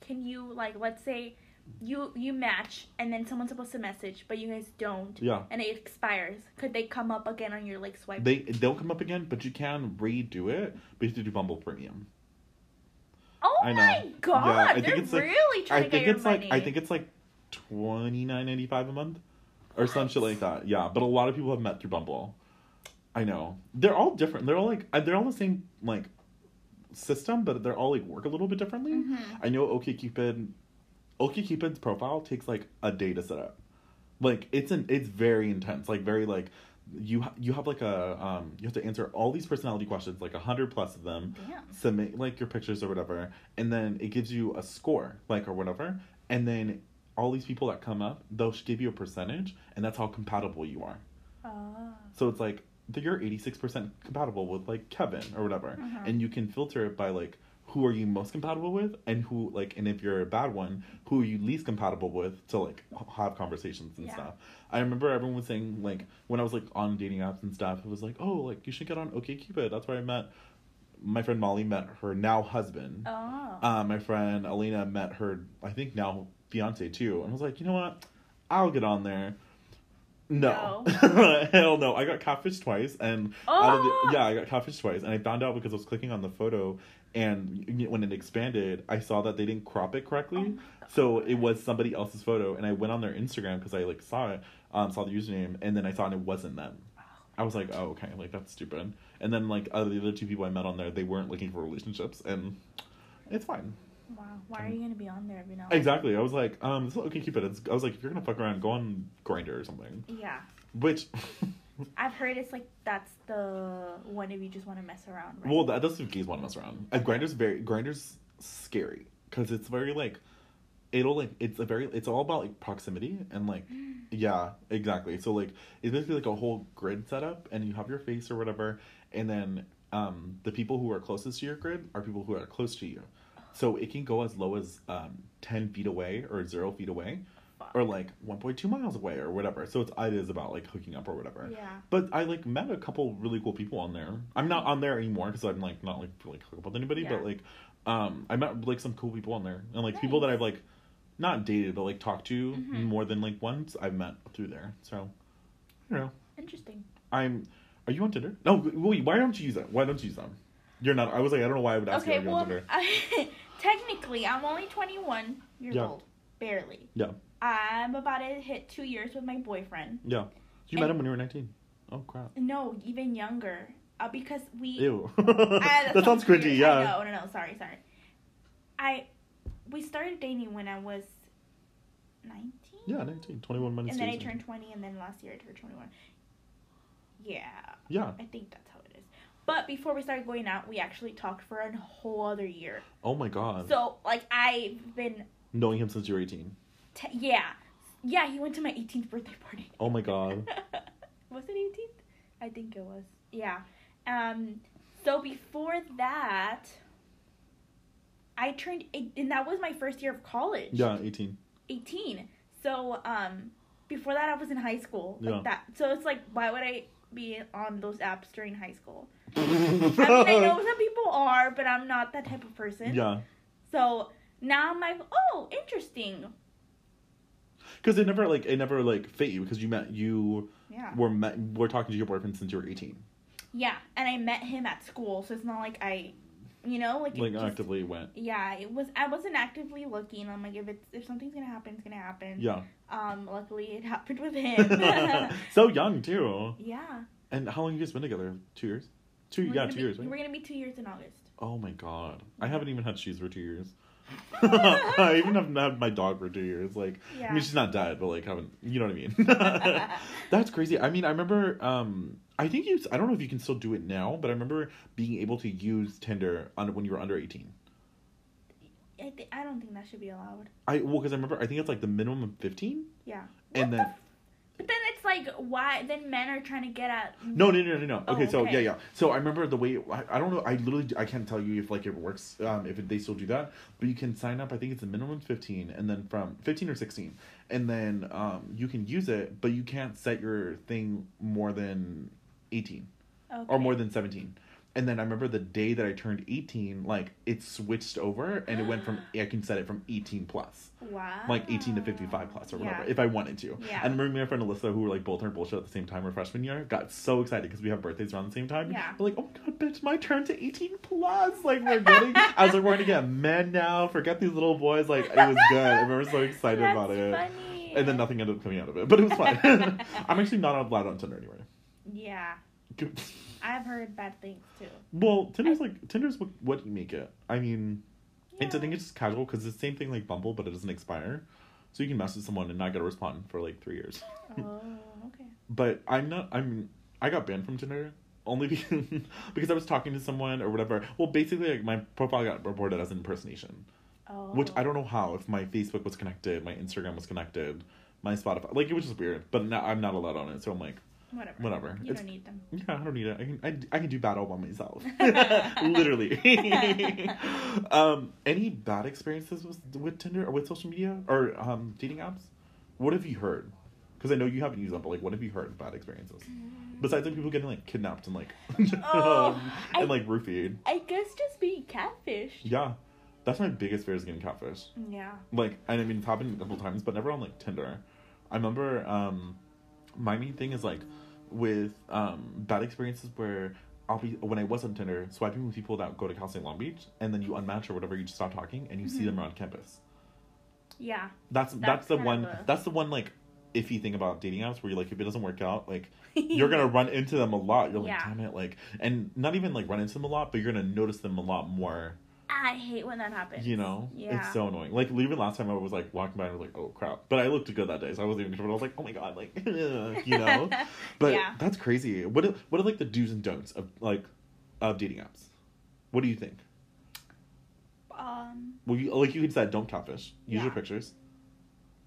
Speaker 2: Can you like let's say you you match and then someone's supposed to message, but you guys don't,
Speaker 1: Yeah.
Speaker 2: and it expires. Could they come up again on your like swipe?
Speaker 1: They they'll come up again, but you can redo it, but you have to do Bumble Premium.
Speaker 2: oh
Speaker 1: I know.
Speaker 2: my
Speaker 1: Yeah,
Speaker 2: god,
Speaker 1: I think
Speaker 2: they're
Speaker 1: it's, like-
Speaker 2: really trying
Speaker 1: I
Speaker 2: to
Speaker 1: think
Speaker 2: get
Speaker 1: it's
Speaker 2: your
Speaker 1: like
Speaker 2: money.
Speaker 1: I think it's like twenty nine ninety five a month, or some
Speaker 2: What?
Speaker 1: shit like that. Yeah, but a lot of people have met through Bumble. I know they're all different. They're all like uh, they're all the same like system, but they're all like work a little bit differently.
Speaker 2: Mhm.
Speaker 1: I know OkCupid, OkCupid's profile takes like a day to set up. Like it's an it's very intense. Like very like you ha- you have like a um you have to answer all these personality questions like a hundred plus of them
Speaker 2: Damn.
Speaker 1: submit like your pictures or whatever, and then it gives you a score, like or whatever, and then all these people that come up, they'll sh- give you a percentage, and that's how compatible you are.
Speaker 2: Oh.
Speaker 1: So it's like that you're eighty six percent compatible with like Kevin or whatever,
Speaker 2: Mhm.
Speaker 1: and you can filter it by like who are you most compatible with, and who like, and if you're a bad one, who are you least compatible with to like h- have conversations and
Speaker 2: Yeah.
Speaker 1: stuff. I remember everyone was saying like when I was like on dating apps and stuff, it was like oh like you should get on OkCupid. That's where I met my friend Molly met her now husband.
Speaker 2: Oh.
Speaker 1: Uh, my friend Elena met her, I think now fiance too, and was like, you know what, I'll get on there. No, [laughs] hell no. I got catfished twice, and out of
Speaker 2: Oh!
Speaker 1: the, yeah, I got catfished twice, and I found out because I was clicking on the photo, and y- when it expanded, I saw that they didn't crop it correctly,
Speaker 2: Oh my
Speaker 1: so it was somebody else's photo, and I went on their Instagram because I like saw it, um, saw the username, and then I saw it, and it wasn't them. I was like, oh okay, like that's stupid. And then like other the other two people I met on there, they weren't looking for relationships, and it's fine.
Speaker 2: Wow. Why are you gonna be on there every now? and then?
Speaker 1: Exactly. I was like, um, this is okay, keep it. It's, I was like, if you're gonna fuck around, go on Grinder or something.
Speaker 2: Yeah,
Speaker 1: Which, [laughs]
Speaker 2: I've heard it's like that's the one if you just want to mess around. Right?
Speaker 1: well, that doesn't gays want to mess around. And Grinder's very Grinder's scary because it's very like, it'll like it's a very it's all about like proximity and like,
Speaker 2: Mm.
Speaker 1: yeah, exactly. So like it's basically like a whole grid setup, and you have your face or whatever, and then um the people who are closest to your grid are people who are close to you. So it can go as low as um, ten feet away or zero feet away,
Speaker 2: Fuck.
Speaker 1: or like 1.2 miles away or whatever. So it's it is about like hooking up or whatever.
Speaker 2: yeah.
Speaker 1: But I like met a couple really cool people on there. I'm not on there anymore because I'm like not like really hook up with anybody.
Speaker 2: Yeah.
Speaker 1: But like, um, I met like some cool people on there and like people that
Speaker 2: Nice.
Speaker 1: I've like not dated but like talked to
Speaker 2: Mhm.
Speaker 1: more than like once I've met through there. So I don't know.
Speaker 2: Interesting.
Speaker 1: I'm. Are you on Tinder? No. Wait. Why don't you use that? Why don't you use them? You're not. I was like I don't know why I would ask
Speaker 2: okay,
Speaker 1: you. Are you
Speaker 2: well,
Speaker 1: on Tinder?
Speaker 2: I, [laughs] technically, I'm only 21 years
Speaker 1: Yeah.
Speaker 2: old, barely.
Speaker 1: Yeah.
Speaker 2: I'm about to hit two years with my boyfriend.
Speaker 1: Yeah. You met him when you were 19. Oh crap.
Speaker 2: No, even younger, uh, because we. [laughs]
Speaker 1: Ew. [laughs]
Speaker 2: Ah,
Speaker 1: that, sounds
Speaker 2: weird.
Speaker 1: cringy.
Speaker 2: I
Speaker 1: Yeah.
Speaker 2: know, no, no, sorry, sorry. I, we started dating when I was 19.
Speaker 1: Yeah, 19. 21 minus
Speaker 2: And then I
Speaker 1: days.
Speaker 2: turned 20, and then last year I turned 21. Yeah.
Speaker 1: Yeah.
Speaker 2: I think that's how it is. But before we started going out, we actually talked for a whole other year.
Speaker 1: Oh my god.
Speaker 2: So, like, I've been,
Speaker 1: Knowing him since you were 18.
Speaker 2: te- yeah. Yeah, he went to my 18th birthday party. [laughs]
Speaker 1: Oh my god.
Speaker 2: was it 18th? I think it was. Yeah. Um, so before that, I turned, eight- and that was my first year of college.
Speaker 1: Yeah, 18.
Speaker 2: 18. So, um, before that, I was in high school. Like
Speaker 1: Yeah.
Speaker 2: that. So it's like, why would I be on those apps during high school?
Speaker 1: [laughs]
Speaker 2: I mean, I know some people are, but I'm not that type of person.
Speaker 1: Yeah.
Speaker 2: So now I'm like, oh, interesting.
Speaker 1: Because it never, like, it never, like, fit you because you met, you
Speaker 2: Yeah.
Speaker 1: were met, were talking to your boyfriend since you were 18.
Speaker 2: Yeah, and I met him at school, so it's not like I, you know, like, it
Speaker 1: Like,
Speaker 2: just-
Speaker 1: actively went.
Speaker 2: Yeah, it was. I wasn't actively looking. I'm like, if it's if something's gonna happen, it's gonna happen. [laughs]
Speaker 1: Yeah.
Speaker 2: Um, luckily it [laughs] happened
Speaker 1: [laughs]
Speaker 2: with him. [laughs]
Speaker 1: so young, too.
Speaker 2: yeah.
Speaker 1: And how long you guys been together? Two years? Two,
Speaker 2: We're
Speaker 1: yeah,
Speaker 2: gonna
Speaker 1: two
Speaker 2: be-
Speaker 1: years,
Speaker 2: We're
Speaker 1: right?
Speaker 2: gonna be two years in August.
Speaker 1: Oh my god. I haven't even had shoes for
Speaker 2: [laughs]
Speaker 1: two years. [laughs] I even haven't had my dog for two years. Like, I
Speaker 2: Yeah.
Speaker 1: mean, she's not dead, but like, haven't you know what I
Speaker 2: [laughs]
Speaker 1: mean? [laughs] That's crazy. I mean, I remember. Um, I think you. I don't know if you can still do it now, but I remember being able to use Tinder on when you were under eighteen.
Speaker 2: I, th- I don't think that should be allowed.
Speaker 1: I well, because I remember. I think it's like the minimum of fifteen,
Speaker 2: Yeah. What
Speaker 1: and then
Speaker 2: the f- but then it's like, why? Then men are trying to get at.
Speaker 1: no, no, no, no, no.
Speaker 2: Oh,
Speaker 1: Okay, so
Speaker 2: okay.
Speaker 1: yeah, yeah. So I remember the way. I, I don't know. I literally. I can't tell you if like it works. Um, if they still do that, but you can sign up. I think it's a minimum fifteen, and then from fifteen or sixteen, and then um, you can use it, but you can't set your thing more than eighteen.
Speaker 2: Okay.
Speaker 1: or more than 17 And then I remember the day that I turned 18, like it switched over and it
Speaker 2: [gasps]
Speaker 1: went from, I can set it from 18 plus,
Speaker 2: Wow.
Speaker 1: like 18 to 55 plus or whatever,
Speaker 2: Yeah.
Speaker 1: if I wanted to.
Speaker 2: Yeah.
Speaker 1: And remember me and my friend Alyssa, who were like both in bullshit at the same time our freshman year, got so excited because we have birthdays around the same time.
Speaker 2: Yeah.
Speaker 1: We're like, oh my god, bitch, my turn to 18 plus. Like
Speaker 2: [laughs]
Speaker 1: we're getting, I was like, we're gonna get men now, forget these little boys. Like it was good. I
Speaker 2: [laughs]
Speaker 1: remember so excited
Speaker 2: That's
Speaker 1: about it.
Speaker 2: Funny.
Speaker 1: And then nothing ended up coming out of it, but it was fun.
Speaker 2: [laughs]
Speaker 1: [laughs] I'm actually not allowed on Tinder anyway.
Speaker 2: Yeah, I've heard bad things too.
Speaker 1: Well, Tinder's like Tinder's what, what you make it. I mean, it's I
Speaker 2: Yeah.
Speaker 1: think it's just casual because it's the same thing like Bumble, but it doesn't expire, so you can message someone and not get a response for like three years.
Speaker 2: Oh, okay.
Speaker 1: [laughs] But I'm not. I'm. I got banned from Tinder only because, [laughs] because I was talking to someone or whatever. Well, basically, like my profile got reported as impersonation,
Speaker 2: Oh.
Speaker 1: which I don't know how. If my Facebook was connected, my Instagram was connected, my Spotify, like it was just weird. But now I'm not allowed on it, so I'm like,
Speaker 2: Whatever.
Speaker 1: whatever.
Speaker 2: You
Speaker 1: It's-
Speaker 2: don't need them.
Speaker 1: Yeah, I don't need it. I can I, I can do battle
Speaker 2: [laughs]
Speaker 1: by myself. [laughs] Literally. um, any bad experiences with with Tinder or with social media or um dating apps? What have you heard? Because I know you haven't used them, but like, what have you heard of bad experiences? Besides like people getting like kidnapped and like [laughs]
Speaker 2: Oh,
Speaker 1: um,
Speaker 2: I-
Speaker 1: and like roofied.
Speaker 2: I guess just being catfished.
Speaker 1: Yeah, that's my biggest fear is getting catfish
Speaker 2: Yeah.
Speaker 1: like and I mean it's happened a couple times, but never on like Tinder. I remember um my main thing is like with um bad experiences where I'll be when I was on Tinder swiping with people that go to Cal State Long Beach and then you unmatch or whatever you just stop talking and you see them around campus.
Speaker 2: Yeah.
Speaker 1: That's that's,
Speaker 2: That's
Speaker 1: the
Speaker 2: kind
Speaker 1: one
Speaker 2: of a-
Speaker 1: that's the one like iffy thing about dating apps where you like if it doesn't work out like you're
Speaker 2: [laughs]
Speaker 1: gonna run into them a lot. You're like
Speaker 2: Yeah.
Speaker 1: damn it like and not even like run into them a lot, but you're gonna notice them a lot more
Speaker 2: I hate when that happens.
Speaker 1: you know,
Speaker 2: Yeah.
Speaker 1: it's so annoying. Like even last time, I was like walking by and I was like, "Oh crap!" But I looked good that day, so I wasn't even comfortable. I was like, "Oh my god!" Like, [laughs]
Speaker 2: [laughs]
Speaker 1: you know. But
Speaker 2: Yeah.
Speaker 1: that's crazy. What are, what are like the do's and don'ts of like of dating apps? What do you think?
Speaker 2: Um.
Speaker 1: Well, you, like you had said, don't catfish. Use your
Speaker 2: Yeah.
Speaker 1: pictures.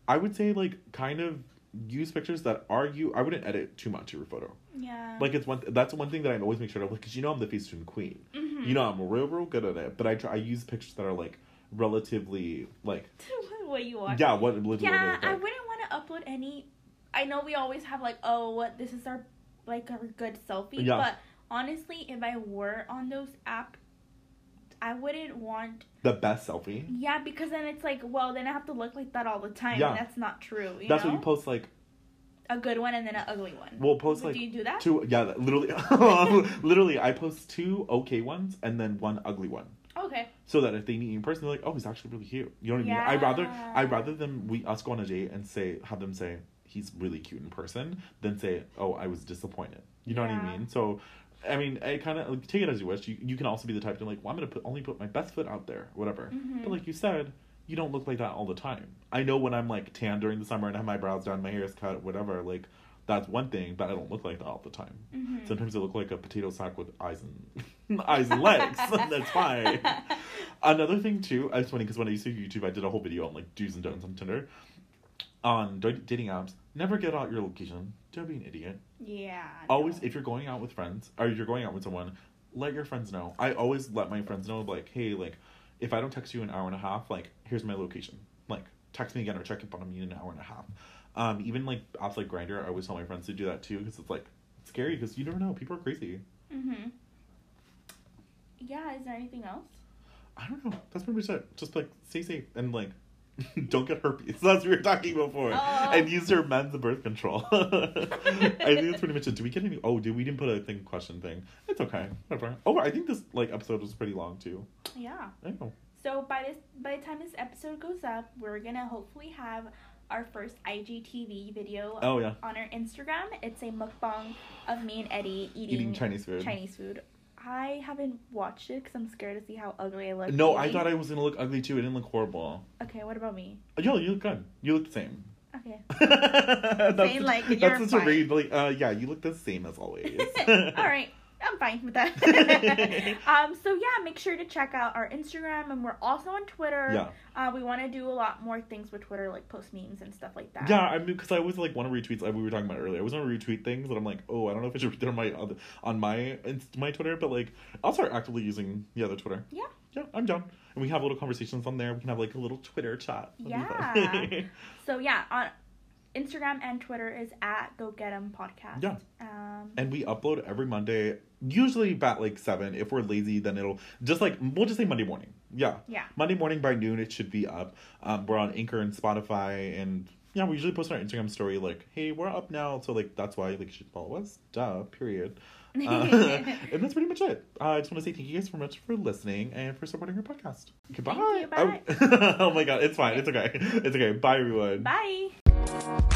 Speaker 1: I would say like kind of use pictures that are you. I wouldn't edit too much of your photo.
Speaker 2: Yeah.
Speaker 1: Like it's one. that's one thing that I always make sure to because you know I'm the feast and queen.
Speaker 2: Mhm.
Speaker 1: You know I'm real real good at it. But I try I use pictures that are like relatively like
Speaker 2: [laughs] what you are.
Speaker 1: Yeah, what literally
Speaker 2: Yeah,
Speaker 1: what it
Speaker 2: I
Speaker 1: looked like.
Speaker 2: wouldn't want to upload any. I know we always have like, oh, what this is our like our good selfie.
Speaker 1: Yeah.
Speaker 2: But honestly, if I were on those app, I wouldn't want.
Speaker 1: the best selfie.
Speaker 2: Yeah, because then it's like, well, then I have to look like that all the time.
Speaker 1: Yeah.
Speaker 2: And that's not true. You
Speaker 1: That's
Speaker 2: know?
Speaker 1: what you post like
Speaker 2: a good one and then an ugly one.
Speaker 1: we'll post
Speaker 2: do
Speaker 1: like
Speaker 2: you do that?
Speaker 1: two yeah that- literally [laughs] literally I post two okay ones and then one ugly one.
Speaker 2: Okay.
Speaker 1: So that if they meet you in person, they're like, "Oh, he's actually really cute." You know what I mean? I rather
Speaker 2: Yeah.
Speaker 1: I rather them we us go on a date and say have them say he's really cute in person than say, "Oh, I was disappointed." You know what I
Speaker 2: Yeah.
Speaker 1: mean? So, I mean, I kind of like, take it as you wish. You you can also be the type to like, "Well, I'm gonna put only put my best foot out there, whatever."
Speaker 2: Mhm.
Speaker 1: But like you said, you don't look like that all the time. I know when I'm like tan during the summer and have my brows done, my hair is cut, whatever. Like that's one thing, but I don't look like that all the time.
Speaker 2: Mhm.
Speaker 1: Sometimes I look like a potato sack with eyes and [laughs] eyes and legs. that's fine.
Speaker 2: [laughs]
Speaker 1: Another thing too, it's funny because when I used to do YouTube, I did a whole video on like do's and don'ts on Tinder, on d- dating apps. Never get out your location. Don't be an idiot.
Speaker 2: Yeah.
Speaker 1: Always,
Speaker 2: no.
Speaker 1: if you're going out with friends or you're going out with someone, let your friends know. I always let my friends know, like, hey, like, if I don't text you in an hour and a half, like, here's my location. Like, text me again or check up on me in an hour and a half. Um, even like apps like Grinder, I always tell my friends to do that too because it's like scary because you never know. People are crazy.
Speaker 2: Mhm. Yeah. Is there anything else?
Speaker 1: I don't know. That's pretty much it. Just like stay safe and like [laughs] don't get herpes. [laughs] That's what we were talking about before.
Speaker 2: Oh.
Speaker 1: And use your men's birth control. [laughs] I think that's pretty much it. Do we get any? Oh, dude, we didn't put a thing question thing. It's okay. Whatever. Oh, I think this like episode was pretty long too.
Speaker 2: Yeah.
Speaker 1: I don't know.
Speaker 2: So by this, by the time this episode goes up, we're gonna hopefully have our first IGTV video
Speaker 1: Oh yeah,
Speaker 2: on our Instagram. It's a mukbang of me and Eddie eating,
Speaker 1: eating Chinese food.
Speaker 2: Chinese food. I haven't watched it because I'm scared to see how ugly I look.
Speaker 1: No, I
Speaker 2: eating.
Speaker 1: thought I was gonna look ugly too. It didn't look horrible. Oh,
Speaker 2: Okay, what about me?
Speaker 1: Yo, you look good. You look the same. [laughs]
Speaker 2: Okay.
Speaker 1: that's
Speaker 2: Same, like,
Speaker 1: that's
Speaker 2: you're
Speaker 1: such a
Speaker 2: fine.
Speaker 1: read. Like, uh, yeah, you look the same as always.
Speaker 2: [laughs] All right. I'm fine with
Speaker 1: [laughs]
Speaker 2: that. um, so yeah, make sure to check out our Instagram, and we're also on Twitter.
Speaker 1: Yeah.
Speaker 2: Uh, we want to do a lot more things with Twitter, like post memes and stuff like that.
Speaker 1: Yeah, I mean, because I always like want to retweet. Like we were talking about earlier, I always want to retweet things that I'm like, oh, I don't know if I should retweet on my other, on my inst- my Twitter, but like I'll start actively using the other Twitter.
Speaker 2: Yeah.
Speaker 1: Yeah, I'm down. And we have little conversations on there. We can have like a little Twitter chat. That'd be [laughs] fun.
Speaker 2: So yeah, on Instagram and Twitter is at Go Get 'Em Podcast.
Speaker 1: Yeah.
Speaker 2: Um,
Speaker 1: and we upload every Monday usually about like seven. If we're lazy, then it'll just like we'll just say Monday morning. Yeah.
Speaker 2: Yeah.
Speaker 1: Monday morning by noon, it should be up. Um, we're on Anchor and Spotify, and yeah, we usually post on our Instagram story like, "Hey, we're up now," so like that's why like you should follow us. Duh. Period.
Speaker 2: [laughs]
Speaker 1: Uh, [laughs] and that's pretty much it. Uh, I just want to say thank you guys so much for listening and for supporting our podcast. Goodbye.
Speaker 2: you, bye.
Speaker 1: [laughs] Oh, oh my god, it's fine. It's okay. It's okay. Bye, everyone.
Speaker 2: Bye.